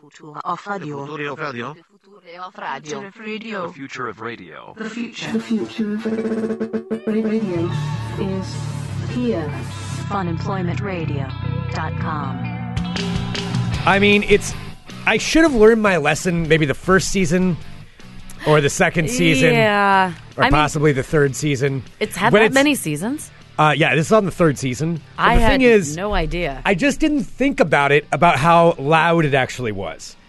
Future of Radio. Future of radio. Future of Radio. Future of radio. The future The future of radio is here. of unemploymentradio.com. I mean, it's. I should have learned my lesson maybe the first season or the second season Yeah. or I mean, possibly the third season. it's had When that many seasons. Uh, yeah, this is on the third season. But I the had thing is, no idea. I just didn't think about it about how loud it actually was.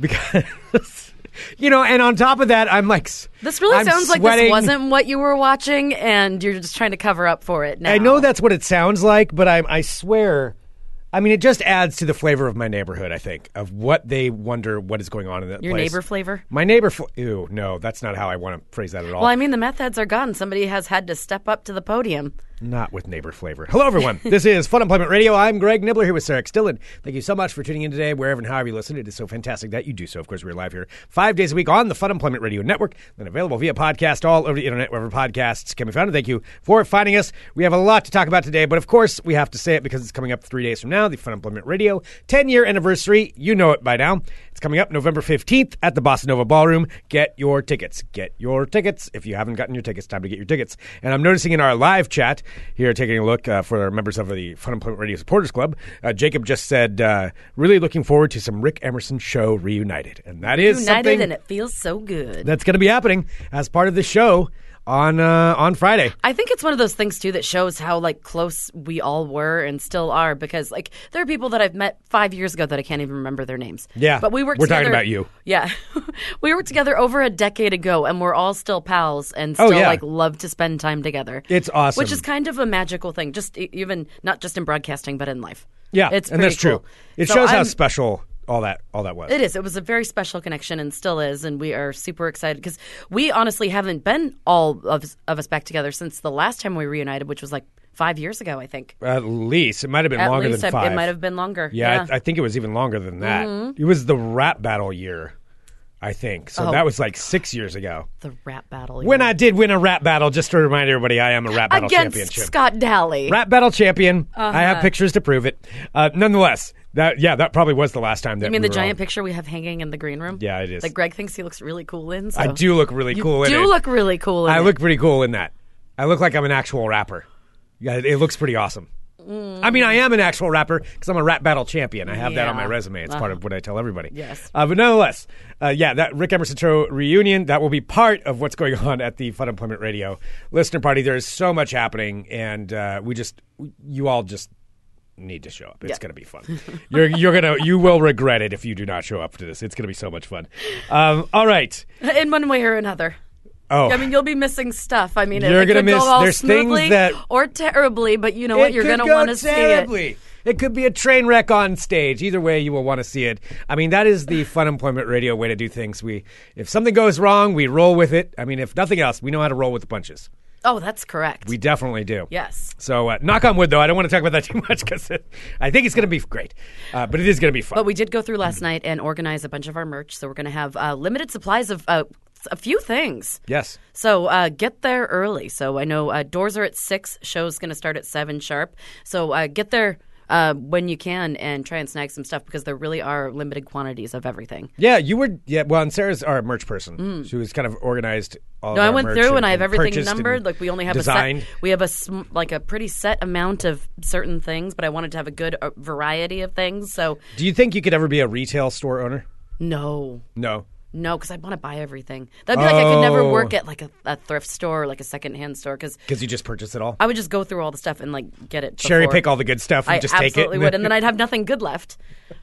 Because, you know, and on top of that, I'm like. s- this really I'm sounds like sweating. this wasn't what you were watching, and you're just trying to cover up for it now. I know that's what it sounds like, but I, I swear, I mean, it just adds to the flavor of my neighborhood. I think of what they wonder what is going on in that Your place. neighbor flavor? My neighbor. Fl- Ew, no, that's not how I want to phrase that at all. Well, I mean, the meth heads are gone. Somebody has had to step up to the podium. Not with neighbor flavor. Hello, everyone. this is Fun Employment Radio. I'm Greg Nibbler here with Sarah Dillon. Thank you so much for tuning in today, wherever and however you listen. It is so fantastic that you do so. Of course, we're live here five days a week on the Fun Employment Radio Network, then available via podcast all over the internet, wherever podcasts can be found. And thank you for finding us. We have a lot to talk about today, but of course, we have to say it because it's coming up three days from now, the Fun Employment Radio 10 year anniversary. You know it by now. It's coming up November 15th at the Bossa Nova Ballroom. Get your tickets. Get your tickets. If you haven't gotten your tickets, time to get your tickets. And I'm noticing in our live chat here, taking a look uh, for our members of the Fun Employment Radio Supporters Club, uh, Jacob just said, uh, really looking forward to some Rick Emerson show reunited. And that is United, something and it feels so good. that's going to be happening as part of the show on uh, on Friday. I think it's one of those things too that shows how like close we all were and still are because like there are people that I've met five years ago that I can't even remember their names. Yeah. but we worked. We're talking together- about you. Yeah, we worked together over a decade ago, and we're all still pals and Oh, still yeah. like love to spend time together. It's awesome. which is kind of a magical thing. Just e- even not just in broadcasting, but in life. Yeah, it's and that's pretty cool. true. It So shows how I'm- special all that all that was. It is. It was a very special connection and still is. And we are super excited because we honestly haven't been all of, us- of us back together since the last time we reunited, which was like five years ago, I think. At least it might have been At longer least than I, five. it might have been longer. Yeah, I, I think it was even longer than that. Mm-hmm. It was the rap battle year, I think. So Oh. that was like six years ago. the rap battle. When yeah. I did win a rap battle, just to remind everybody, I am a rap battle Against Uh-huh. championship. Scott Daly. Rap battle champion. I have pictures to prove it. Uh, nonetheless, that yeah, that probably was the last time that I mean, we the were giant on. picture we have hanging in the green room. Yeah, it is. That Greg thinks he looks really cool in. So. I do look really cool. in do it. look really cool. In I it. look pretty cool in that. I look like I'm an actual rapper. Yeah, it, it looks pretty awesome. I mean, I am an actual rapper because I'm a rap battle champion. I have that on my Yeah. resume. It's part of what I tell everybody. Yes. Uh, but nonetheless, uh, yeah, that Rick Emerson Show reunion, that will be part of what's going on at the Fun Employment Radio listener party. There is so much happening, and uh, we just, you all just need to show up. It's going to be fun. you're, you're going to, you will regret it if you do not show up to this. It's going to be so much fun. Um, all right. in one way or another. Oh. I mean, you'll be missing stuff. I mean, You're it gonna could go miss- all there's things smoothly that- or terribly, but you know what? You're could going to go want to see it. terribly. It could be a train wreck on stage. Either way, you will want to see it. I mean, that is the Fun Employment Radio way to do things. We, if something goes wrong, we roll with it. I mean, if nothing else, we know how to roll with the punches. Oh, that's correct. We definitely do. yes. So, uh, knock on wood, though, I don't want to talk about that too much because I think it's going to be great. Uh, but it is going to be fun. But we did go through last night and organize a bunch of our merch, so we're going to have uh, limited supplies of uh, a few things. yes. So uh, get there early. So I know uh, doors are at six. Show's going to start at seven sharp. So uh, get there uh, when you can and try and snag some stuff because there really are limited quantities of everything. Yeah, you were. Yeah, well, and Sarah's our merch person. She was kind of organized. All Mm. No, of I our went merch through and I have everything purchased and numbered. Like we only have designed. a set, we have a sm- like a pretty set amount of certain things, but I wanted to have a good uh, variety of things. So Do you think you could ever be a retail store owner? no, No. no, because I want to buy everything. That'd be like I could never Oh. work at like a, a thrift store or like a secondhand store because Because you just purchase it all? I would just go through all the stuff and like get it. Cherry before- pick all the good stuff and I just take it. absolutely would, and then I'd have nothing good left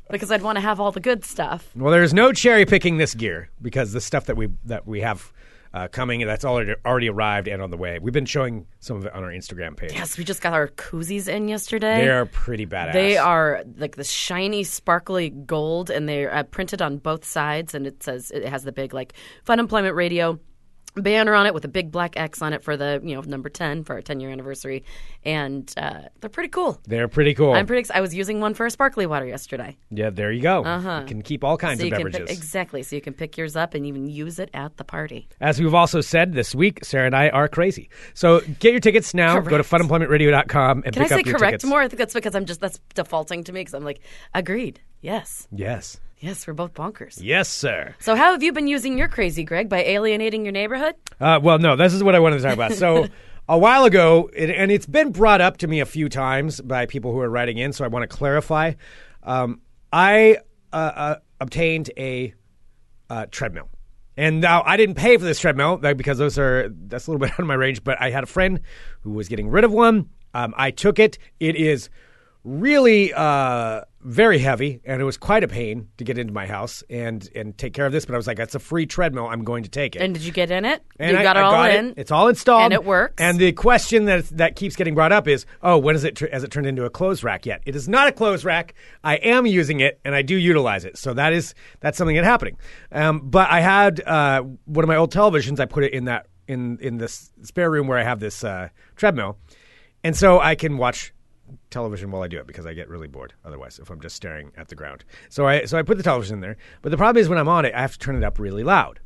because I'd want to have all the good stuff. Well, there's no cherry picking this gear because the stuff that we that we have uh, coming that's already already arrived and on the way. We've been showing some of it on our Instagram page. Yes, we just got our koozies in yesterday. They are pretty badass. They are like the shiny, sparkly gold, and they're uh, printed on both sides. And it says it has the big like Fun Employment Radio banner on it with a big black X on it for the you know number ten for our ten year anniversary, and uh, they're pretty cool. They're pretty cool. I'm pretty. Ex- I was using one for a sparkly water yesterday, yeah, there you go. You can keep all kinds Uh-huh. so of you can beverages. pick, exactly. So you can pick yours up and even use it at the party. As we've also said this week, Sarah and I are crazy. So get your tickets now. Go to funemploymentradio.com and Can pick I say up your correct tickets. more? I think that's because I'm just that's defaulting to me because I'm like agreed. Yes, Yes. Yes, we're both bonkers. Yes, sir. So, how have you been using your crazy, Greg, by alienating your neighborhood? Uh, well, no, this is what I wanted to talk about. So, a while ago, it, and it's been brought up to me a few times by people who are writing in, so I want to clarify. Um, I uh, uh, obtained a uh, treadmill. And now I didn't pay for this treadmill like, because those are that's a little bit out of my range. But I had a friend who was getting rid of one. Um, I took it. It is really uh, very heavy, and it was quite a pain to get into my house and and take care of this. But I was like, that's a free treadmill. I'm going to take it. And did you get in it? And you I- got I it all in. It's all installed, And it works. And the question that that keeps getting brought up is, oh, when is it? Tr- has it turned into a clothes rack yet? It is not a clothes rack. I am using it, and I do utilize it. So that is that's something that's happening. Um, but I had uh, one of my old televisions. I put it in that in in this spare room where I have this uh, treadmill, and so I can watch television while I do it because I get really bored otherwise if I'm just staring at the ground. So I so I put the television in there. But the problem is when I'm on it, I have to turn it up really loud.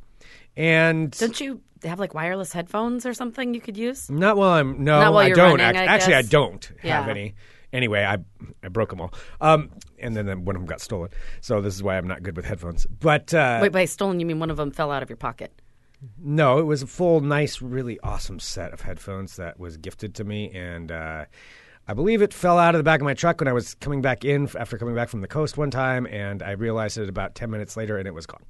And Don't you have like wireless headphones or something you could use? Not while I'm no, Not while I you're don't. running, act- I actually, I guess. don't have Yeah. any. Anyway, I I broke them all, um, and then then one of them got stolen. So this is why I'm not good with headphones. But uh, Wait, by stolen you mean one of them fell out of your pocket? no, it was a full, nice, really awesome set of headphones that was gifted to me, and uh, I believe it fell out of the back of my truck when I was coming back in f- after coming back from the coast one time, and I realized it about ten minutes later, and it was gone.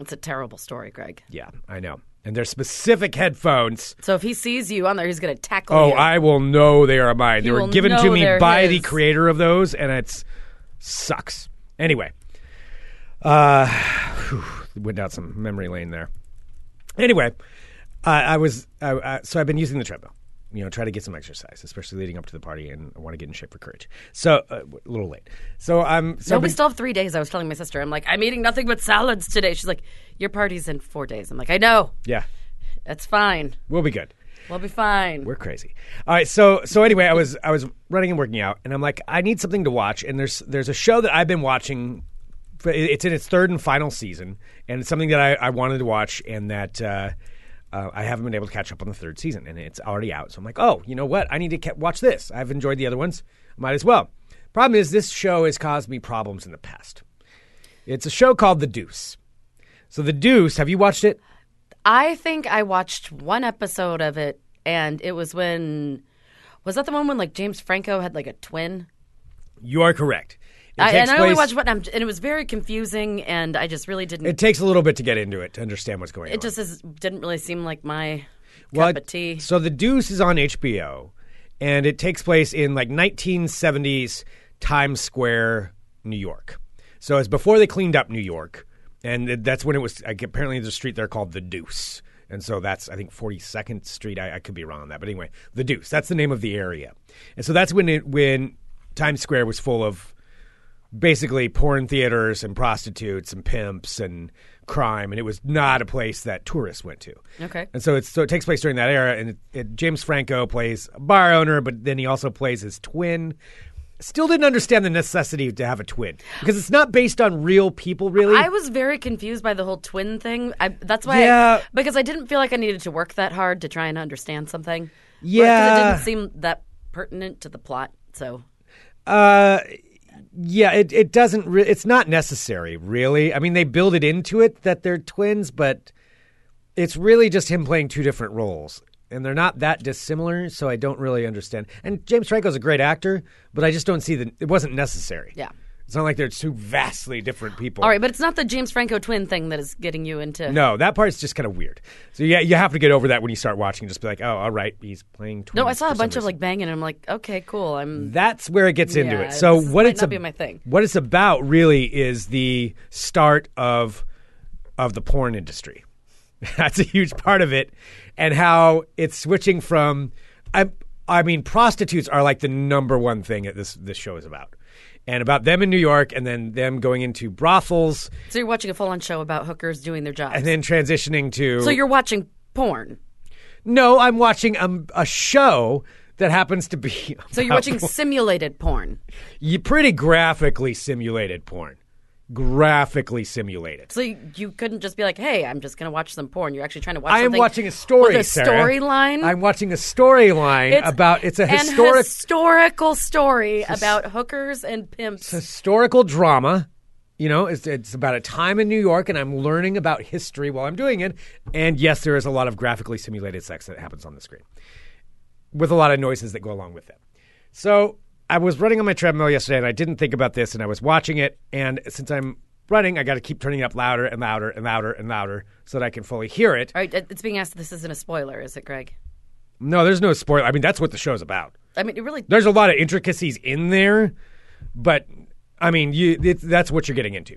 It's a terrible story, Greg. Yeah, I know. And they're specific headphones. So if he sees you on there, he's going to tackle Oh, you. I will know they are mine. They You were will given to know me they're by the his. creator of those, and it's sucks. Anyway, uh, whew, went down some memory lane there. Anyway, I I was I, I, so I've been using the treadmill. You know, try to get some exercise, especially leading up to the party, and I want to get in shape for courage. So uh, w- a little late. So I'm so No, I've we been- still have three days. I was telling my sister, I'm like, I'm eating nothing but salads today. She's like, Your party's in four days. I'm like, I know. yeah, That's fine. we'll be good. We'll be fine. We're crazy. All right, so so anyway, I was I was running and working out, and I'm like, I need something to watch, and there's there's a show that I've been watching. for- it- It's in its third and final season, and it's something that I, I wanted to watch, and that uh, uh, I haven't been able to catch up on the third season, and it's already out. So I'm like, oh, you know what? I need to ca- watch this. I've enjoyed the other ones, might as well. Problem is, this show has caused me problems in the past. It's a show called The Deuce. So The Deuce, have you watched it? I think I watched one episode of it, and it was when. Was that the one when like James Franco had like a twin? You are correct. It I, and takes I only place- watched one, and it was very confusing, and I just really didn't. It It, takes a little bit to get into it to understand what's going on. just is, didn't really seem like my Well, cup of tea. So the Deuce is on HBO, and it takes place in like 1970s Times Square, New York. So it's before they cleaned up New York, and th- that's when it was. Like, apparently, there's a street there called the Deuce, and so that's I think 42nd Street. I, I could be wrong on that, but anyway, the Deuce. That's the name of the area, and so that's when it when Times Square was full of basically porn theaters and prostitutes and pimps and crime, and it was not a place that tourists went to. Okay. And so it's so it takes place during that era, and it, it, James Franco plays a bar owner, but then he also plays his twin. Still didn't understand the necessity to have a twin because it's not based on real people, really. I was very confused by the whole twin thing. I, that's why, I- Yeah. because I didn't feel like I needed to work that hard to try and understand something. Or- 'cause Yeah. it didn't seem that pertinent to the plot. So yeah, it it doesn't. Re- it's not necessary, really. I mean, they build it into it that they're twins, but it's really just him playing two different roles, and they're not that dissimilar. So I don't really understand. And James Franco's a great actor, but I just don't see the. It wasn't necessary. Yeah. It's not like they're two vastly different people. all right, but it's not the James Franco twin thing that is getting you into. No, that part's just kind of weird. So yeah, you have to get over that when you start watching. Just be like, oh, all right, he's playing twins. No, I for saw a some bunch of reason. like banging, and I'm like, okay, cool. I'm That's where it gets into Yeah, it. So this what might it's not ab- be my thing. What it's about really is the start of of the porn industry. That's a huge part of it, and how it's switching from. I I mean, prostitutes are like the number one thing that this this show is about, and about them in New York, and then them going into brothels, so you're watching a full on show about hookers doing their jobs. and then transitioning to. so you're watching porn. No, I'm watching um, a show that happens to be So you're about watching simulated porn. y- pretty graphically simulated porn. Graphically simulated. So you, you couldn't just be like, hey, I'm just gonna watch some porn. You're actually trying to watch. I am something watching a story, with a Sarah. storyline. I'm watching a storyline about it's a an historic historical story about hookers and pimps. historical drama You know, it's, it's about a time in New York, and I'm learning about history while I'm doing it. And yes, there is a lot of graphically simulated sex that happens on the screen with a lot of noises that go along with it. So I was running on my treadmill yesterday, and I didn't think about this, and I was watching it. And since I'm running, I got to keep turning it up louder and louder and louder and louder so that I can fully hear it. All right, it- it's being asked. This isn't a spoiler, is it, Greg? No, there's no spoiler. I mean, that's what the show's about. I mean, it really. There's a lot of intricacies in there, but I mean, you it, that's what you're getting into.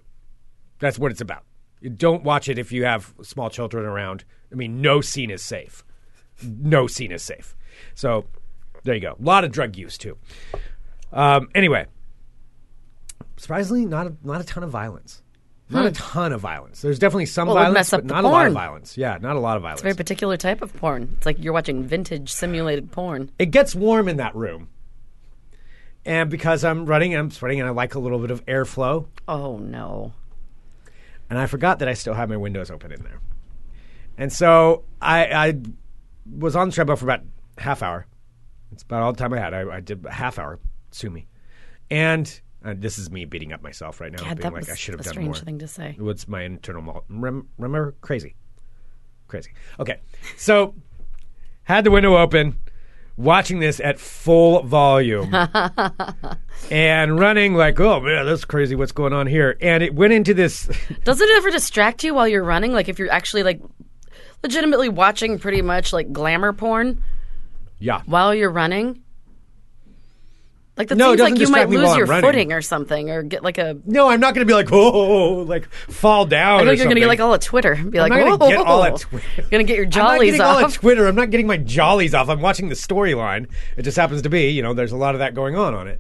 That's what it's about. You don't watch it if you have small children around. I mean, no scene is safe. No scene is safe. So there you go. A lot of drug use too. Um, anyway, surprisingly, not a, not a ton of violence. Not a ton of violence. There's definitely some Well, it Hmm. would violence, mess up but the not a lot of porn. violence. Yeah, not a lot of violence. Very particular type of porn. It's like you're watching vintage simulated porn. it gets warm in that room. And because I'm running, I'm sweating, and I like a little bit of airflow. Oh no! And I forgot that I still had my windows open in there. And so I, I was on the treadmill for about half hour. It's about all the time I had. I, I did a half hour. Sue me. And uh, this is me beating up myself right now, God, being that like was I should a have done strange more. thing to say. What's my internal mul- rem- remember? Crazy, crazy. Okay, so had the window open, watching this at full volume, and running like, oh man, that's crazy. What's going on here? And it went into this. Doesn't it ever distract you while you're running? Like if you're actually like legitimately watching pretty much like glamour porn yeah, while you're running. Like that No, it seems like doesn't you might distract me while lose I'm your running. footing or something, or get like a. no, I'm not going to be like, oh, like fall down. I or feel like you're gonna get something. like all a Twitter and be like, not gonna "Whoa, get all at Twitter. You're gonna get your I'm not jollies getting all at off." Twitter. I'm not getting my jollies off. I'm watching the storyline. It just happens to be, you know, there's a lot of that going on on it.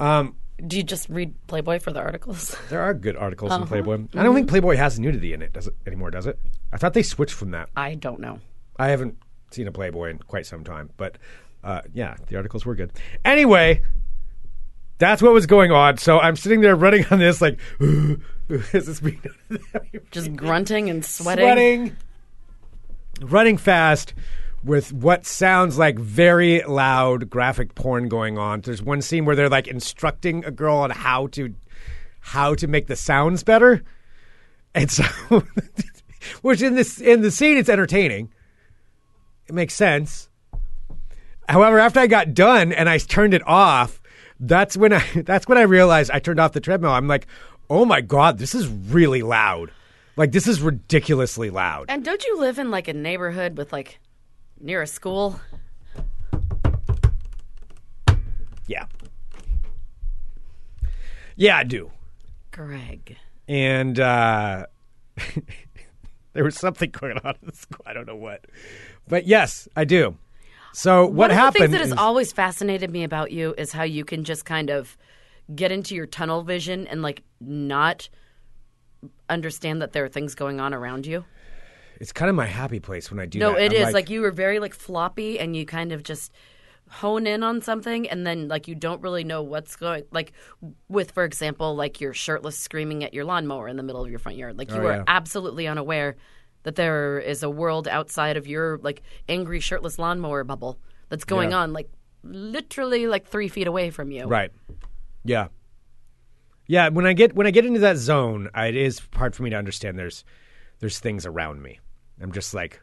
Um, Do you just read Playboy for the articles? There are good articles in Playboy. I don't think Playboy has nudity in it does it anymore, does it? I thought they switched from that. I don't know. I haven't seen a Playboy in quite some time, but uh, yeah, the articles were good. Anyway, that's what was going on. So I'm sitting there running on this, like, is this being Just grunting and sweating. sweating, running fast with what sounds like very loud graphic porn going on. There's one scene where they're like instructing a girl on how to how to make the sounds better, and so which in this in the scene it's entertaining. It makes sense. However, after I got done and I turned it off, that's when I that's when I realized I turned off the treadmill. I'm like, oh my god, this is really loud. Like this is ridiculously loud. And don't you live in like a neighborhood with like near a school? yeah, yeah, I do. Greg. And uh, there was something going on in the school. I don't know what, but yes, I do. So what One of happened? The things that has is- always fascinated me about you is how you can just kind of get into your tunnel vision and like not understand that there are things going on around you. it's kind of my happy place when I do. No, that. it I'm is like, you were very like floppy and you kind of just hone in on something and then like you don't really know what's going like with for example like you're shirtless screaming at your lawnmower in the middle of your front yard like you Oh, are yeah. absolutely unaware that there is a world outside of your like angry shirtless lawnmower bubble that's going Yeah. on like literally like three feet away from you Right. Yeah. Yeah. When I get when I get into that zone, I, it is hard for me to understand. There's there's things around me. I'm just like,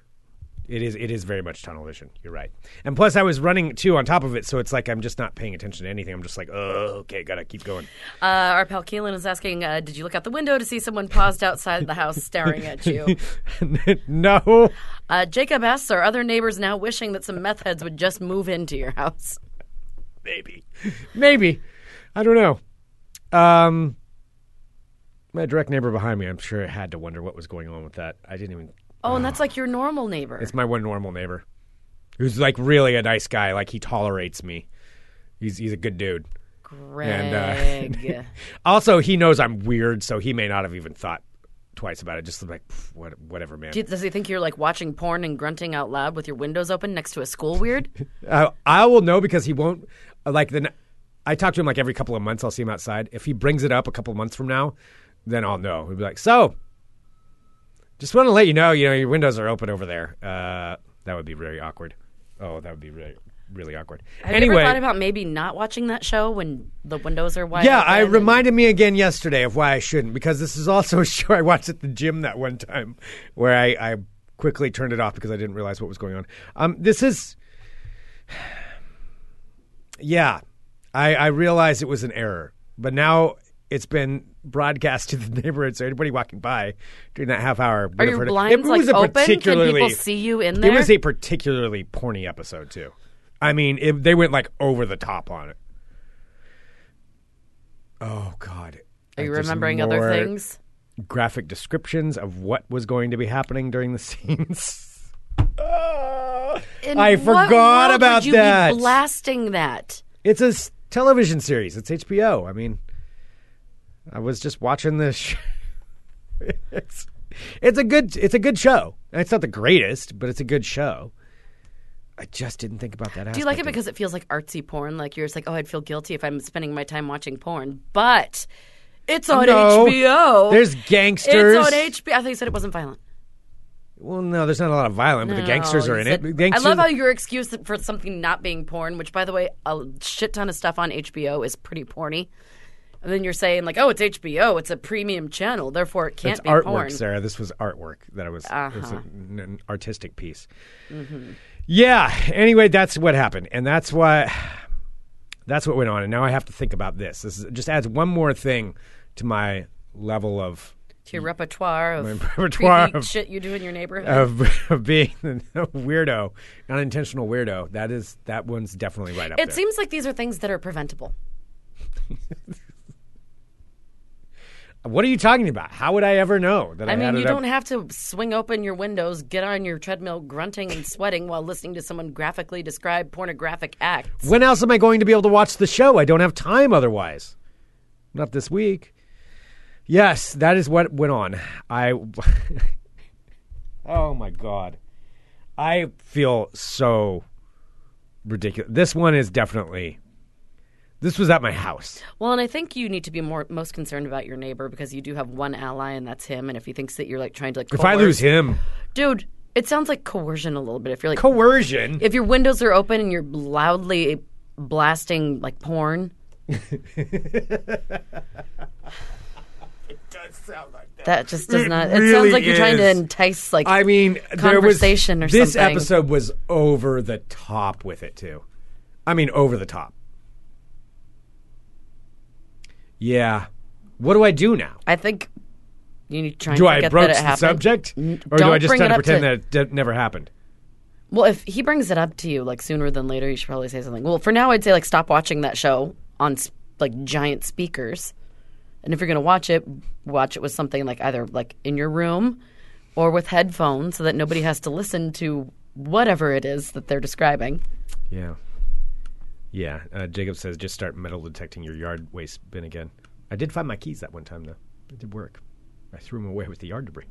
it is it is very much tunnel vision. You're right. And plus, I was running too on top of it, so it's like I'm just not paying attention to anything. I'm just like, oh, okay, gotta keep going. uh our pal keelan is asking uh, did you look out the window to see someone paused outside the house staring at you no. Uh, Jacob asks, are other neighbors now wishing that some meth heads would just move into your house? maybe maybe i don't know um my direct neighbor behind me i'm sure had to wonder what was going on with that i didn't even Oh, and that's like your normal neighbor. it's my one normal neighbor who's like really a nice guy like he tolerates me he's he's a good dude Greg. and, uh, also he knows i'm weird so he may not have even thought twice about it just like "Pff, what, whatever man Do- Does he think you're like watching porn and grunting out loud with your windows open next to a school weird? I, I will know because he won't like then I talk to him like every couple of months. I'll see him outside. If he brings it up a couple of months from now, then I'll know. He'll be like, "So, just want to let you know, you know, your windows are open over there." Uh, that would be really awkward. Oh, that would be really really awkward. Have anyway, you ever thought about maybe not watching that show when the windows are wide? yeah, I open? reminded me again yesterday of why I shouldn't because this is also a show I watched at the gym that one time where I, I quickly turned it off because I didn't realize what was going on. Um, this is, yeah, I, I realized it was an error, but now it's been broadcast to the neighborhood, so anybody walking by during that half hour. would Are have your heard it. blinds it like was a open? Can people particularly- see you in It there? was a particularly porny episode too. I mean, it, they went like over the top on it. Oh God! Are you Like, there's remembering more other things? Graphic descriptions of what was going to be happening during the scenes. Ah, In I what forgot world about would you that. Be blasting that. it's a s- television series. It's HBO. I mean, I was just watching this. Sh- it's it's a good it's a good show. It's not the greatest, but it's a good show. I just didn't think about that. Do you like it because it feels like artsy porn? Like you're just like, oh, I'd feel guilty if I'm spending my time watching porn, but it's on No. HBO. There's it's gangsters. on HBO. I thought you said it wasn't violent. Well, no, there's not a lot of violence, but the No, gangsters are Oh, you in said- it. Gangsters, I love how your excuse for something not being porn, which by the way, a shit ton of stuff on HBO is pretty porny. And then you're saying like, oh, it's HBO. It's a premium channel, therefore it can't it's be artwork, porn. Uh-huh. Sarah. This was artwork that I was. It was an, an artistic piece. Mm-hmm. Yeah. Anyway, that's what happened, and that's why. That's what went on, and now I have to think about this. This is, just adds one more thing to my level of To your repertoire of repertoire creepy of- shit you do in your neighborhood. of, of being a weirdo, an unintentional weirdo. That is that one's definitely right up it there. seems like these are things that are preventable. what are you talking about? How would I ever know that I, I had mean, you it up- don't have to swing open your windows, get on your treadmill, grunting and sweating while listening to someone graphically describe pornographic acts. When else am I going to be able to watch the show? I don't have time otherwise. Not this week. Yes, that is what went on. I. oh my God. I feel so ridiculous. This one is definitely. This was at my house. Well, and I think you need to be more most concerned about your neighbor because you do have one ally, and that's him. And if he thinks that you're like trying to like, If I coerce- lose him, dude, it sounds like coercion a little bit. If you're like, coercion. if your windows are open and you're loudly blasting like porn, that just does not. It, really sounds like you're trying to is. entice like. I mean, there was Conversation or this something. episode was over the top with it too. I mean, over the top. Yeah. What do I do now? I think you need to try and Do forget I broach that it the happened. subject, or do don't I just bring try it to up pretend to- that it d- never happened? Well, if he brings it up to you like sooner than later, you should probably say something. Well, for now, I'd say like stop watching that show on s- like giant speakers, and if you're gonna watch it, watch it with something like either like in your room or with headphones, so that nobody has to listen to whatever it is that they're describing. Yeah. Yeah. Uh, Jacob says just start metal detecting your yard waste bin again. I did find my keys that one time, though. It did work. I threw them away with the yard debris.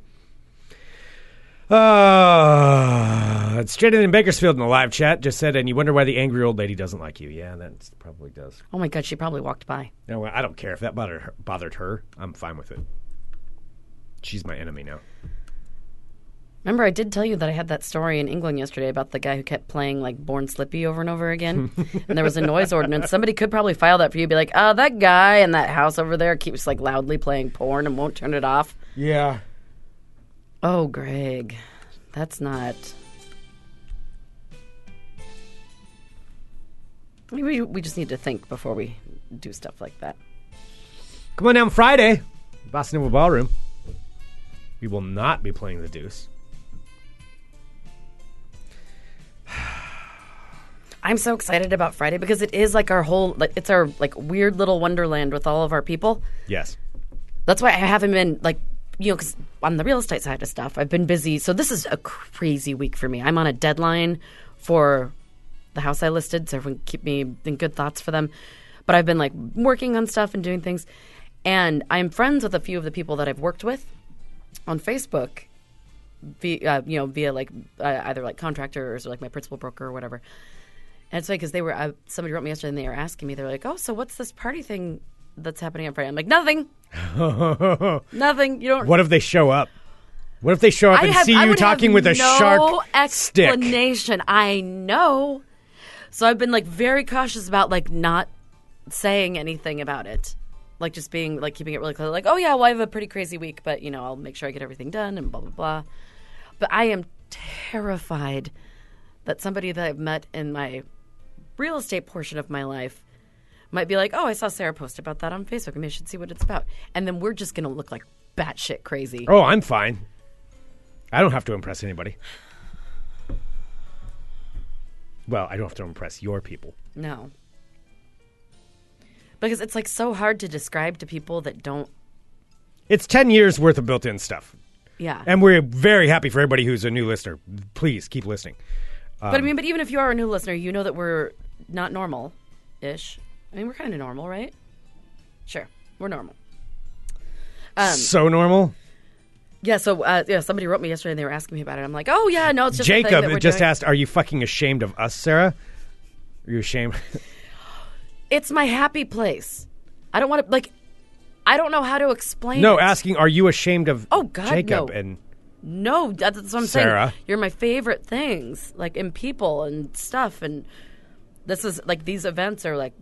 Uh, it's straight in in Bakersfield in the live chat. Just said, and you wonder why the angry old lady doesn't like you. Yeah, that probably does. Oh my god, she probably walked by. No, I don't care if that bothered her, bothered her. I'm fine with it. She's my enemy now. Remember, I did tell you that I had that story in England yesterday about the guy who kept playing like Born Slippy over and over again, and there was a noise ordinance. Somebody could probably file that for you, and be like, "Oh, that guy in that house over there keeps like loudly playing porn and won't turn it off." Yeah. Oh, Greg, that's not. Maybe we just need to think before we do stuff like that. Come on down Friday, Boston Noble Ballroom. We will not be playing the Deuce. I'm so excited about Friday because it is like our whole, like, it's our like weird little wonderland with all of our people. Yes. That's why I haven't been like, you know, because on the real estate side of stuff, I've been busy. So this is a crazy week for me. I'm on a deadline for the house I listed, so everyone keep me in good thoughts for them. But I've been like working on stuff and doing things, and I'm friends with a few of the people that I've worked with on Facebook. Via, uh, you know, via like uh, either like contractors or like my principal broker or whatever. And it's funny because they were uh, somebody wrote me yesterday and they were asking me. They're like, "Oh, so what's this party thing that's happening on Friday?" I'm like, "Nothing." what Nothing. You don't. if they show up? What if they show up and see I you would talking have with a no shark stick? explanation. I know. So I've been like very cautious about like not saying anything about it. Like just being like keeping it really clear, like, oh yeah, well I have a pretty crazy week, but you know, I'll make sure I get everything done and blah blah blah. But I am terrified that somebody that I've met in my real estate portion of my life might be like, oh, I saw Sarah post about that on Facebook. Maybe I should see what it's about. And then we're just going to look like batshit crazy. Oh, I'm fine. I don't have to impress anybody. Well, I don't have to impress your people. No. Because it's like so hard to describe to people that don't. It's 10 years worth of built in stuff. Yeah. And we're very happy for everybody who's a new listener. Please keep listening. but I um, mean, but even if you are a new listener, you know that we're not normal ish. I mean, we're kind of normal, right? Sure. We're normal. Um, so normal. Yeah, so uh, yeah, somebody wrote me yesterday and they were asking me about it. I'm like, oh, yeah, no, it's just a thing Jacob that we're just doing. asked, Are you fucking ashamed of us, Sarah? Are you ashamed? It's my happy place. I don't want to, like, I don't know how to explain no, it. asking, Are you ashamed of Oh, God, Jacob? no. And No, that's what I'm Sarah. saying. You're my favorite things, like in people and stuff, and this is like these events are like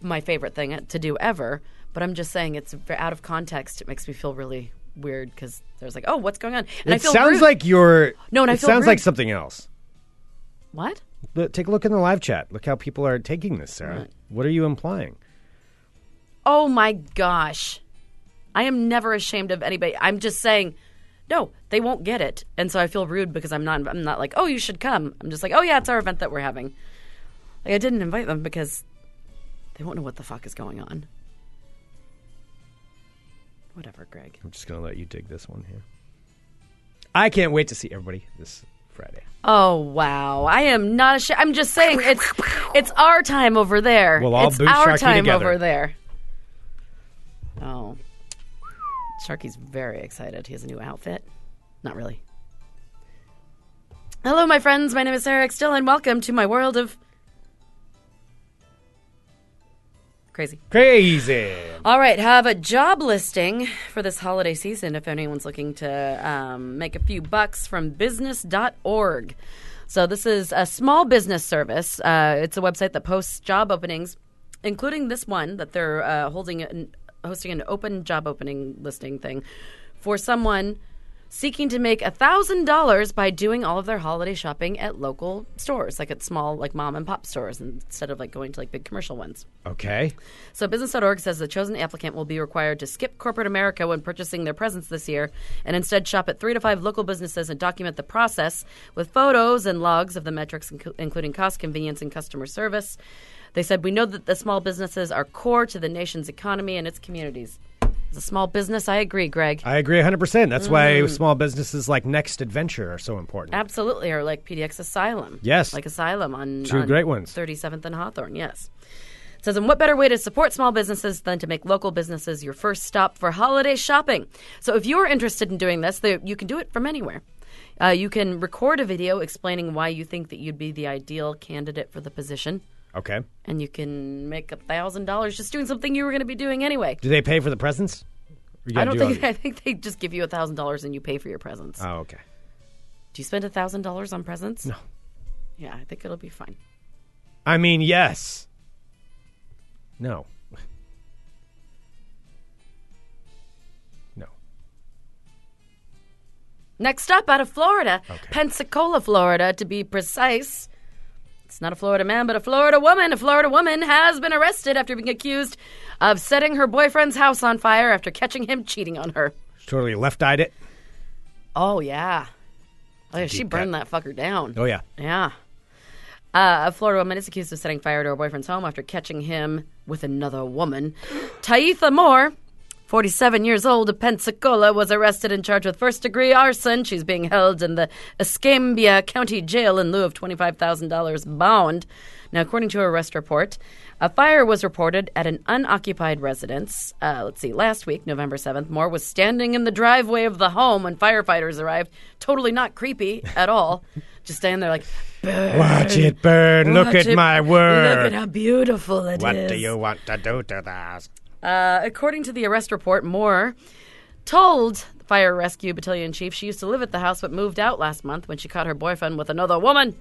my favorite thing to do ever. But I'm just saying it's v- out of context. It makes me feel really weird because there's like, oh, what's going on? And I it feel sounds rude. like you're. No, and I it feel sounds like rude. something else. what? But take a look in the live chat. Look how people are taking this, Sarah. What are you implying? Oh my gosh, I am never ashamed of anybody. I'm just saying. No, they won't get it, and so I feel rude because I'm not. I'm not like, oh, you should come. I'm just like, oh yeah, it's our event that we're having. Like I didn't invite them because they won't know what the fuck is going on. Whatever, Greg. I'm just going to let you dig this one here. I can't wait to see everybody this Friday. Oh wow, I am not. Ashamed. I'm just saying it's it's our time over there. We'll all it's boot our Sharky time together. over there. Oh, Sharky's very excited. He has a new outfit. Not really. Hello, my friends. My name is Sarah X. Dillon. Welcome to my world of crazy. Crazy. All right, have a job listing for this holiday season if anyone's looking to um, make a few bucks from business.org. So, this is a small business service. Uh, it's a website that posts job openings, including this one that they're uh, holding an, hosting an open job opening listing thing for someone seeking to make $1,000 by doing all of their holiday shopping at local stores, like at small, like mom and pop stores, instead of like going to like big commercial ones. Okay. So business.org says the chosen applicant will be required to skip corporate America when purchasing their presents this year and instead shop at three to five local businesses and document the process with photos and logs of the metrics, inc- including cost, convenience, and customer service. They said, We know that the small businesses are core to the nation's economy and its communities. As a small business, I agree, Greg. I agree 100%. That's why Mm-hmm. small businesses like Next Adventure are so important. Absolutely, or like PDX Asylum. Yes. Like Asylum on Two on great ones. 37th and Hawthorne, yes. It says, and what better way to support small businesses than to make local businesses your first stop for holiday shopping? So if you're interested in doing this, there- you can do it from anywhere. Uh, you can record a video explaining why you think that you'd be the ideal candidate for the position, Okay. and you can make a thousand dollars just doing something you were going to be doing anyway. Do they pay for the presents? Or you I gotta don't do think all- I think they just give you a thousand dollars and you pay for your presents. Oh, okay. Do you spend a thousand dollars on presents? No. Yeah, I think it'll be fine. I mean, yes. No. No. Next up, out of Florida, Pensacola, Florida, to be precise. It's not a Florida man, but a Florida woman. A Florida woman has been arrested after being accused of setting her boyfriend's house on fire after catching him cheating on her. Totally left eyed it. Oh, yeah. Oh, yeah, she Deep burned that fucker down. Oh, yeah. Yeah. Uh, a Florida woman is accused of setting fire to her boyfriend's home after catching him with another woman. Taitha Moore, 47 years old of Pensacola, was arrested and charged with first degree arson. She's being held in the Escambia County Jail in lieu of $25,000 bond. Now, according to her arrest report, a fire was reported at an unoccupied residence. Uh, let's see, last week, November 7th, Moore was standing in the driveway of the home when firefighters arrived. Totally not creepy at all. Just standing there like, Watch it burn. Look Watch at it. my Look at word. how beautiful it is. What do you want to do to that? Uh, according to the arrest report, Moore told the fire rescue battalion chief she used to live at the house but moved out last month when she caught her boyfriend with another woman.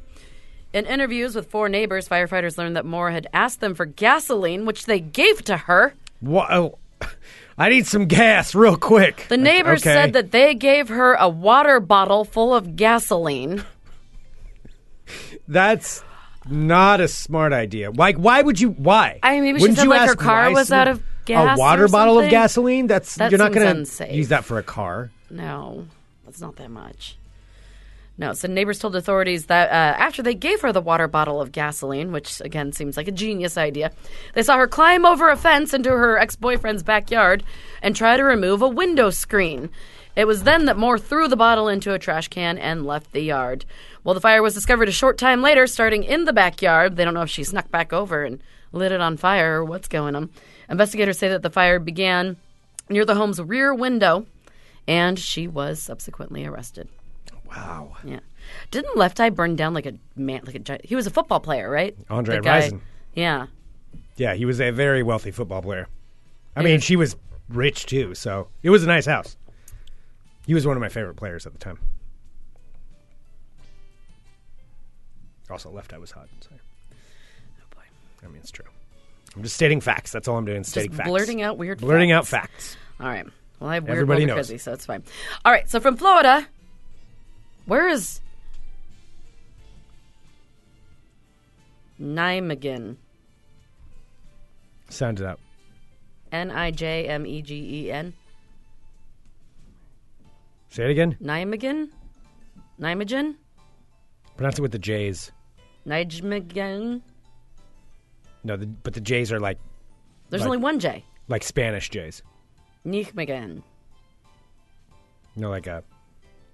In interviews with four neighbors, firefighters learned that Moore had asked them for gasoline, which they gave to her. Wha- oh, I need some gas real quick. The neighbors okay. said that they gave her a water bottle full of gasoline. That's not a smart idea. Like, why would you? Why? I mean, maybe she Wouldn't said, you like, her ask car why was some- out of gas A water or bottle of something? gasoline. That's That you're not seems going to unsafe. use that for a car. No, that's not that much. No, so neighbors told authorities that uh, after they gave her the water bottle of gasoline, which again seems like a genius idea, they saw her climb over a fence into her ex boyfriend's backyard and try to remove a window screen. It was then that Moore threw the bottle into a trash can and left the yard. Well, the fire was discovered a short time later, starting in the backyard. They don't know if she snuck back over and lit it on fire or what's going on. Investigators say that the fire began near the home's rear window and she was subsequently arrested. Wow. Yeah, didn't Left Eye burn down like a man? Like a giant, he was a football player, right? Andre The guy- Rison. Yeah, Yeah, he was a very wealthy football player. I mean, she was rich too, so it was a nice house. He was one of my favorite players at the time. Also, left eye was hot. Sorry. oh I boy, mean, it's true. I'm just stating facts. That's all I'm doing. Stating facts. blurting out weird. Blurting facts. out facts. All right. Well, I have weird Everybody Everybody knows. Fizzy, so it's fine. All right. So from Florida, where is Nijmegen? Sound it out. N i j m e g e n. Say it again. Nijmegen. Nijmegen. Pronounce it with the J's. Nijmegen. No, the, but the J's are like There's Like- only one J. like Spanish J's. Nijmegen. No, like a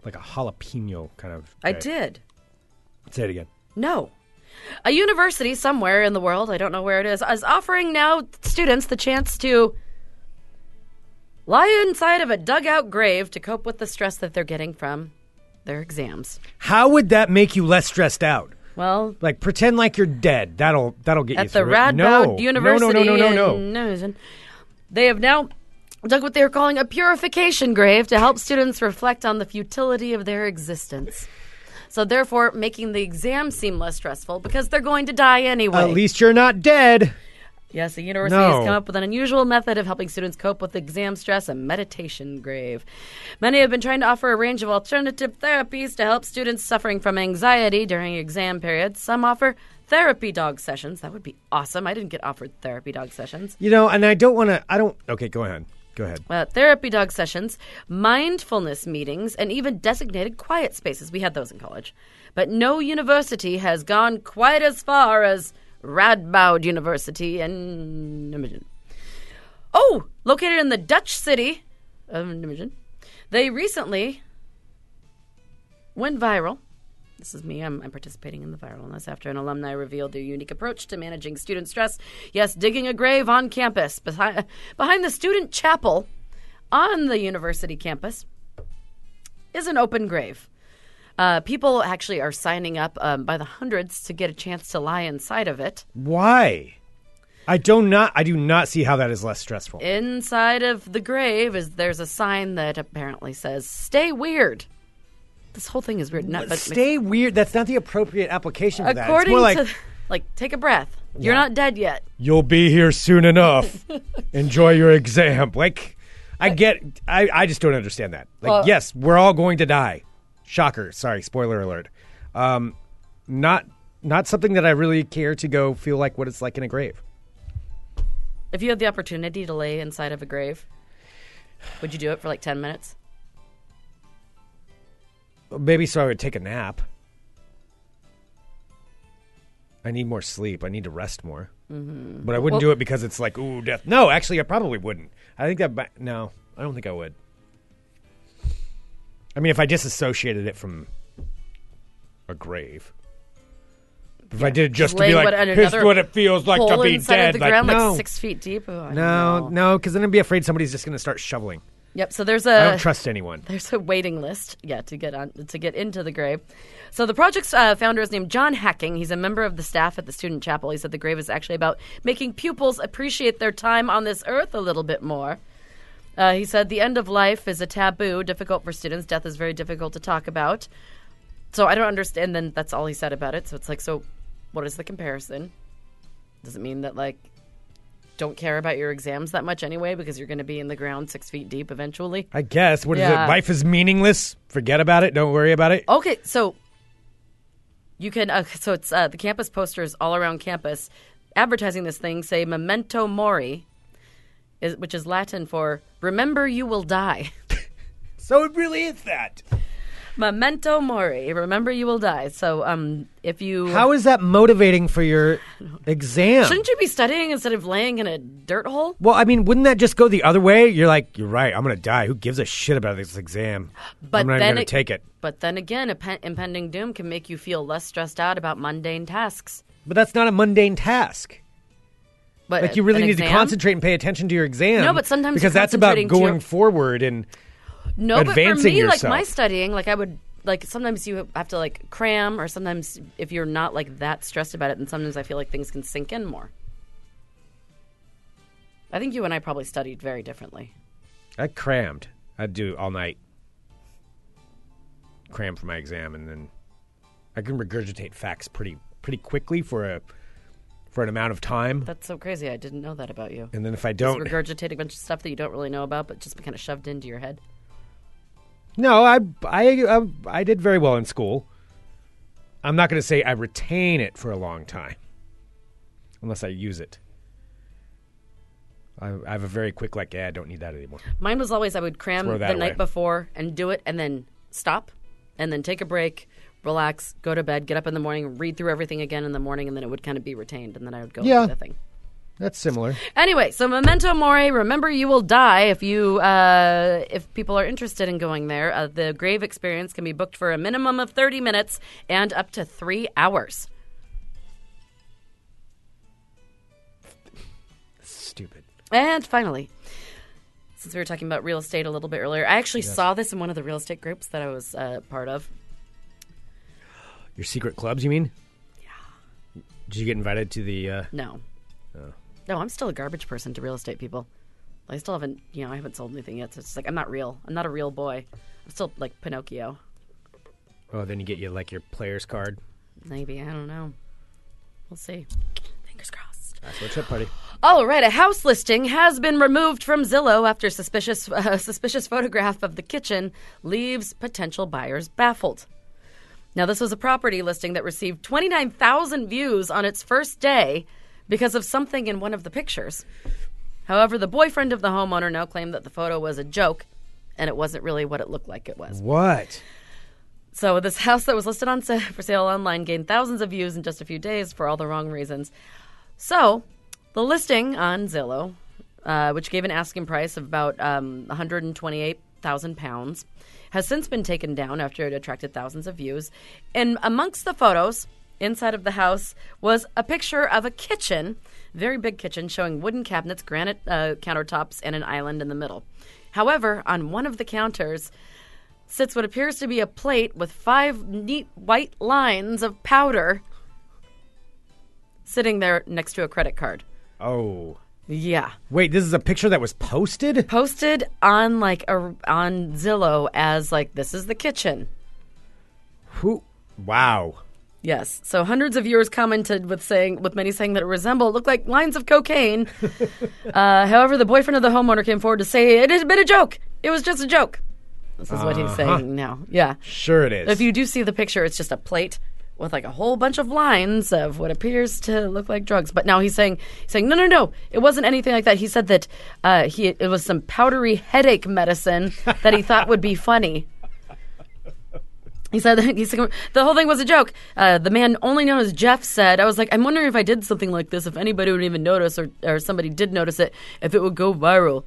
like a jalapeno kind of. I J. did. Say it again. No. A university somewhere in the world, I don't know where it is, is offering now students the chance to lie inside of a dugout grave to cope with the stress that they're getting from their exams. How would that make you less stressed out? Well, Like pretend like you're dead. That'll that'll get you at the through. it. Radboud no. University No, no, no, no, no, in no. Newton, they have now dug what they're calling a purification grave to help students reflect on the futility of their existence. So therefore, making the exam seem less stressful because they're going to die anyway. At least you're not dead. Yes, the university No. has come up with an unusual method of helping students cope with exam stress, a meditation grave. Many have been trying to offer a range of alternative therapies to help students suffering from anxiety during exam periods. Some offer therapy dog sessions. That would be awesome. I didn't get offered therapy dog sessions. You know, and I don't want to. I don't. Okay, go ahead. Go ahead. Uh, therapy dog sessions, mindfulness meetings, and even designated quiet spaces. We had those in college. But no university has gone quite as far as Radboud University in Nijmegen. Oh, located in the Dutch city of Nijmegen, they recently went viral. This is me. I'm, I'm participating in the viralness after an alumni revealed their unique approach to managing student stress. Yes, digging a grave on campus behind, behind the student chapel on the university campus is an open grave. Uh, people actually are signing up um, by the hundreds to get a chance to lie inside of it. Why? I do not. I do not see how that is less stressful. inside of the grave is there's a sign that apparently says "Stay weird." This whole thing is weird. Not, but Stay weird. That's not the appropriate application for that. It's according more like to, like, take a breath. You're not dead yet. you'll be here soon enough. Enjoy your exam. Like, I get, I, I just don't understand that. Like, Well- yes, we're all going to die. Shocker. Sorry, spoiler alert. Um, not, not something that I really care to go feel like what it's like in a grave. If you had the opportunity to lay inside of a grave, would you do it for like ten minutes? Maybe so I would take a nap. I need more sleep. I need to rest more. Mm-hmm. But I wouldn't do it because it's like, ooh, death. No, actually, I probably wouldn't. I think that, ba- no, I don't think I would. I mean, if I disassociated it from a grave. If I did it just to Lay be like, what- at here's another what it feels like to Hole be inside dead. of the like, ground, no, like six feet deep. Oh, I don't no, know. no, because then I'd be afraid somebody's just going to start shoveling. Yep. So there's I a don't trust anyone. there's a waiting list yeah to get on to get into the grave so the project's uh, founder is named john hacking he's a member of the staff at the student chapel he said the grave is actually about making pupils appreciate their time on this earth a little bit more uh, he said the end of life is a taboo difficult for students death is very difficult to talk about So I don't understand. Then that's all he said about it. So it's like, so what is the comparison? Does it mean that like don't care about your exams that much anyway because you're going to be in the ground six feet deep eventually? I guess. What is Yeah. it? Life is meaningless. Forget about it. Don't worry about it. Okay, so you can. Uh, so it's uh, the campus posters all around campus advertising this thing say "Memento Mori," is, which is Latin for "Remember you will die." So it really is that. Memento Mori, remember you will die. So, um, if you How is that motivating for your exam? shouldn't you be studying instead of laying in a dirt hole? Well, I mean, wouldn't that just go the other way? You're like, you're right. I'm gonna die. Who gives a shit about this exam? But I'm not even then gonna it- take it. But then again, impen- impending doom can make you feel less stressed out about mundane tasks. But that's not a mundane task. But Like you really an need to exam? concentrate and pay attention to your exam. No, but sometimes because you're that's about concentrating to going your- forward and no, but for advancing me, like yourself. my studying, like I would like sometimes you have to like cram, or sometimes if you're not like that stressed about it, then sometimes I feel like things can sink in more. I think you and I probably studied very differently. I crammed. I'd do all night. Cram for my exam, and then I can regurgitate facts pretty pretty quickly for a for an amount of time. That's so crazy. I didn't know that about you. And then if I Just don't, regurgitate a bunch of stuff that you don't really know about, but just kind of shoved into your head. No, I, I, I, I did very well in school. I'm not going to say I retain it for a long time, unless I use it. I, I have a very quick like, yeah, I don't need that anymore. Mine was always I would cram Throw the that away. night before and do it and then stop and then take a break, relax, go to bed, get up in the morning, read through everything again in the morning, and then it would kind of be retained and then I would go Yeah. into the thing. That's similar. Anyway, so memento mori, remember you will die if you uh, if people are interested in going there. Uh, the grave experience can be booked for a minimum of 30 minutes and up to 3 hours. Stupid. And finally, since we were talking about real estate a little bit earlier, I actually saw this in one of the real estate groups that I was uh, part of. Your secret clubs, you mean? Yeah. Did you get invited to the? Uh, No. No, I'm still a garbage person to real estate people. I still haven't, you know, I haven't sold anything yet. So it's like I'm not real. I'm not a real boy. I'm still like Pinocchio. oh, then you get you like your player's card. Maybe I don't know. We'll see. Fingers crossed. That's what's up, party. All right, a house listing has been removed from Zillow after suspicious uh, suspicious photograph of the kitchen leaves potential buyers baffled. Now, this was a property listing that received 29,000 views on its first day because of something in one of the pictures. However, the boyfriend of the homeowner now claimed that the photo was a joke and it wasn't really what it looked like it was. What? So this house that was listed on sa- for sale online gained thousands of views in just a few days for all the wrong reasons. So the listing on Zillow, uh, which gave an asking price of about um, 128,000 pounds, has since been taken down after it attracted thousands of views. And amongst the photos inside of the house was a picture of a kitchen, very big kitchen, showing wooden cabinets, granite uh, countertops, and an island in the middle. However, on one of the counters, sits what appears to be a plate with five neat white lines of powder sitting there next to a credit card. Oh, Yeah. wait. This is a picture that was posted. Posted on like a on Zillow as like this is the kitchen. Who? Wow. Yes. So hundreds of viewers commented with saying with many saying that it resembled looked like lines of cocaine. uh, however, the boyfriend of the homeowner came forward to say it had been a joke. It was just a joke. This is what he's saying now. Yeah. Sure, it is. If you do see the picture, it's just a plate with like a whole bunch of lines of what appears to look like drugs. But now he's saying, he's saying, no, no, no, it wasn't anything like that. He said that uh, he it was some powdery headache medicine that he thought would be funny. He said that he's like, the whole thing was a joke. Uh, the man only known as Jeff said, "I was like, I'm wondering if I did something like this, if anybody would even notice, or or somebody did notice it, if it would go viral."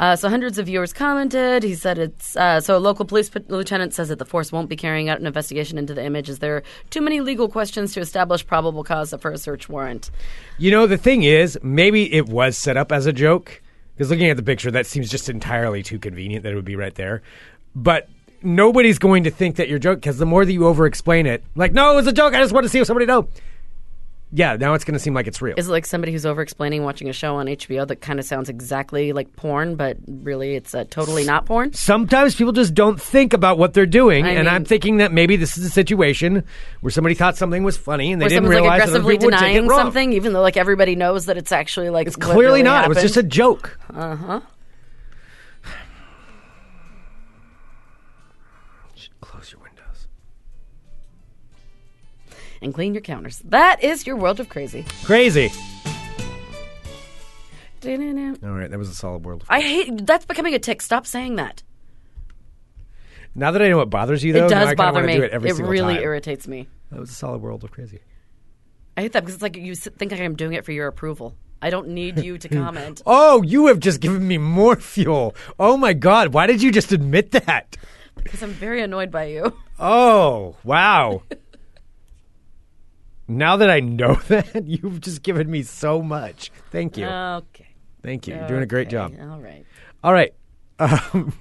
Uh, so hundreds of viewers commented. He said it's uh, so. A local police p- lieutenant says that the force won't be carrying out an investigation into the image, as there are too many legal questions to establish probable cause for a search warrant. You know, the thing is, maybe it was set up as a joke. Because looking at the picture, that seems just entirely too convenient that it would be right there. But nobody's going to think that you're joke because the more that you over explain it, like, no, it was a joke. I just want to see if somebody know. yeah, now it's going to seem like it's real. Is it like somebody who's over explaining watching a show on HBO that kind of sounds exactly like porn, but really it's uh, totally not porn? Sometimes people just don't think about what they're doing, I and mean- I'm thinking that maybe this is a situation where somebody thought something was funny and they Or didn't someone's realize like that other aggressively people would take it denying wrong. something, even though like everybody knows that it's actually like It's clearly not. It was just a a. joke. Uh huh. Close your windows. And clean your counters. That is your world of crazy. Crazy. Da-na-na. All right, that was a solid world. I hate that's becoming a tick. Stop saying that. Now that I know what bothers you, though, it now I does kinda bother wanna me. Do it every single really time. irritates me. That was a solid world of crazy. I hate that because it's like you s- think I'm doing it for your approval. I don't need you to comment. Oh, you have just given me more fuel. Oh my God, why did you just admit that? Because I'm very annoyed by you. Oh, wow. now that I know that, you've just given me so much. Thank you. Okay. Thank you. You're doing a great job. Uh, Okay, All right. All right. Um,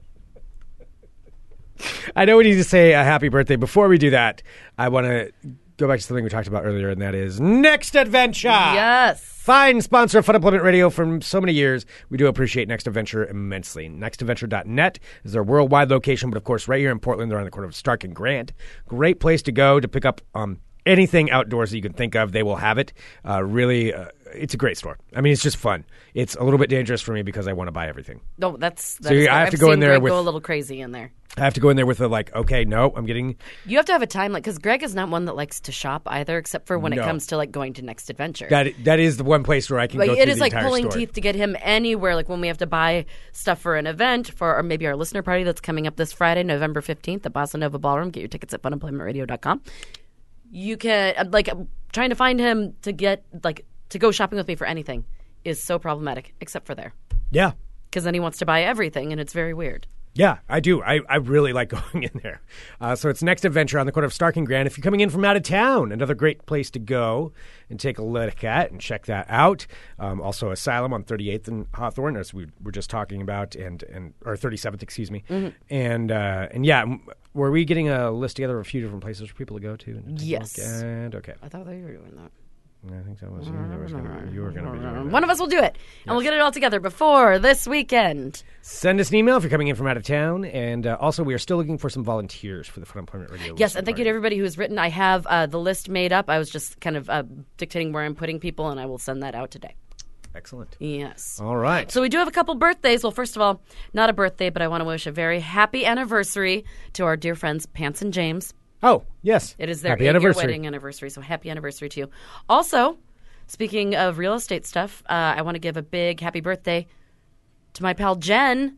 I know we need to say a happy birthday. Before we do that, I want to go back to something we talked about earlier, and that is Next Adventure. Yes. Fine sponsor of Fun Employment Radio for so many years. We do appreciate Next Adventure immensely. NextAdventure.net is their worldwide location, but of course, right here in Portland, they're on the corner of Stark and Grant. Great place to go to pick up um, anything outdoors that you can think of. They will have it. Uh, really, uh, it's a great store. I mean, it's just fun. It's a little bit dangerous for me because I want to buy everything. No, that's. that's So you- I have to go in there Greg with- go a little crazy in there. I have to go in there with a like, okay, no, I'm getting You have to have a time like because Greg is not one that likes to shop either, except for when No. it comes to like going to Next Adventure. that. That is the one place where I can like go it through is the like entire pulling store. teeth to get him anywhere. Like when we have to buy stuff for an event for or maybe our listener party that's coming up this Friday, November fifteenth, at Bossa Nova Ballroom. Get your tickets at funemploymentradio.com. You can I'm, like I'm trying to find him to get like to go shopping with me for anything is so problematic, except for there Yeah, because then he wants to buy everything and it's very weird. Yeah, I do. I, I really like going in there. Uh, so it's Next Adventure on the corner of Stark and Grand. If you're coming in from out of town, another great place to go and take a look at and check that out. Um, also, Asylum on 38th and Hawthorne, as we were just talking about, and, and or 37th, excuse me. Mm-hmm. And uh, and yeah, m- were we getting a list together of a few different places for people to go to? And take a Yes. look? And okay, I thought they were doing that. I think that was you. That was gonna be, you were going to be doing that. One of us will do it, and we'll get it all together before this weekend. Send us an email if you're coming in from out of town. And uh, also, we are still looking for some volunteers for the Fun Employment Radio. Yes, listening and thank party. you to everybody who's written. I have uh, the list made up. I was just kind of uh, dictating where I'm putting people, and I will send that out today. Excellent. Yes. All right. So we do have a couple birthdays. Well, first of all, not a birthday, but I want to wish a very happy anniversary to our dear friends Pants and James. Oh, yes. It is their Happy eight-year anniversary. wedding anniversary, so happy anniversary to you. Also, speaking of real estate stuff, uh, I want to give a big happy birthday to my pal Jen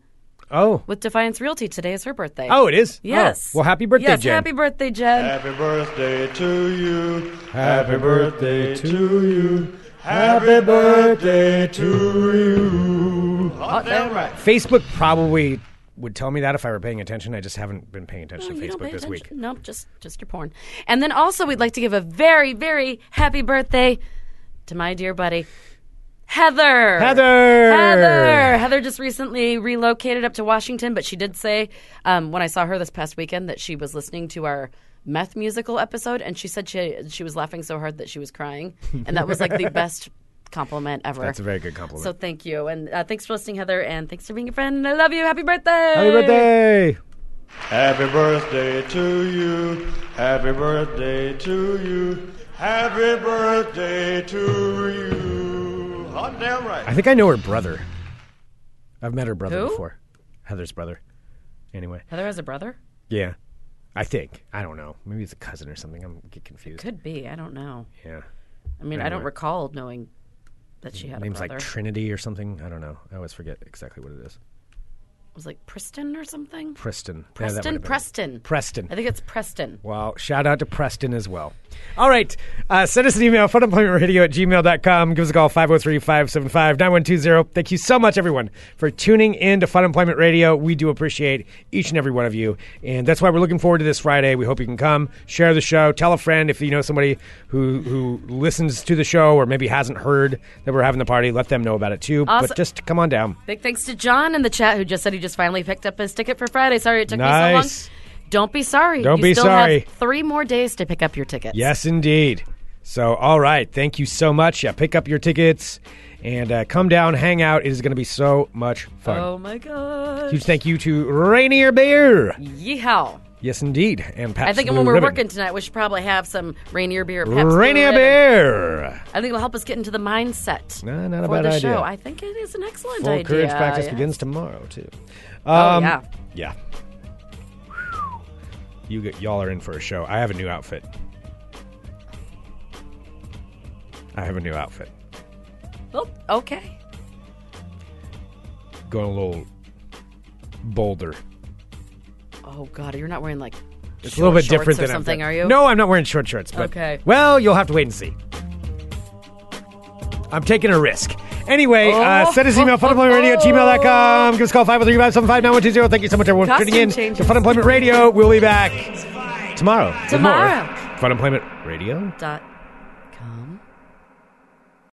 Oh. with Defiance Realty. Today is her birthday. Oh, it is? Yes. Oh. Well, happy birthday, yes, Jen. happy birthday, Jen. Happy birthday to you. Happy birthday to you. Happy birthday to you. Hot damn right. Facebook probably would tell me that if I were paying attention. I just haven't been paying attention Well, to Oh, you don't Facebook pay this week. attention. Nope, just just your porn. And then also, we'd like to give a very, very happy birthday to my dear buddy Heather. Heather! Heather. Heather just recently relocated up to Washington, but she did say um, when I saw her this past weekend that she was listening to our meth musical episode, and she said she she was laughing so hard that she was crying, and that was like the best compliment ever. That's a very good compliment. So thank you, and uh, thanks for listening, Heather, and thanks for being a friend. I love you. Happy birthday. happy birthday. Happy birthday to you. Happy birthday to you. Happy birthday to you. Hot damn right. I think I know her brother. I've met her brother Who? before. Heather's brother. Anyway. Heather has a brother. Yeah. I think. I don't know. Maybe it's a cousin or something. I'm get confused. Could be. I don't know. Yeah. I mean, I don't Anyway. recall knowing that she had Name's a brother. like Trinity or something. I don't know. I always forget exactly what it is. it was like Preston or something. Preston. Yeah, that Preston. would've been it. Preston. Preston. I think it's Preston. Well, shout out to Preston as well. All right. Uh, send us an email, funemploymentradio at gmail.com. Give us a call, 503 575 9120. Thank you so much, everyone, for tuning in to Fun Employment Radio. We do appreciate each and every one of you. And that's why we're looking forward to this Friday. We hope you can come, share the show, tell a friend if you know somebody who, who listens to the show or maybe hasn't heard that we're having the party, let them know about it too. Awesome. But just come on down. Big thanks to John in the chat who just said he just finally picked up his ticket for Friday. Sorry it took me so Nice. long. Don't be sorry. Don't you be still sorry. Have three more days to pick up your tickets. Yes, indeed. So, all right. Thank you so much. Yeah, pick up your tickets and uh, come down, hang out. It is going to be so much fun. Oh my god. Huge thank you to Rainier Beer. Yeehaw. Yes, indeed. And Pat's I think Blue when we're Ribbon. working tonight, we should probably have some Rainier beer. Pabst Blue Rainier Ribbon. Beer. I think it'll help us get into the mindset No, not a for bad the idea. show. I think it is an excellent Full idea. Courage Practice yeah. begins tomorrow, too. Um, Oh, yeah. Yeah. You get, y'all are in for a show. I have a new outfit. I have a new outfit. Oh, okay. Going a little bolder. Oh god, you're not wearing like It's a little bit different or than I'm- something, are you? No, I'm not wearing short shorts. But, Okay. Well, you'll have to wait and see. I'm taking a risk. Anyway, uh, Oh. send us an email, funemploymentradio at gmail.com. Give us a call, 503-575-9120. Thank you so much, everyone, for Costume tuning in to changes. Fun Employment Radio. We'll be back tomorrow. with more Tomorrow. Fun Employment Radio. Dot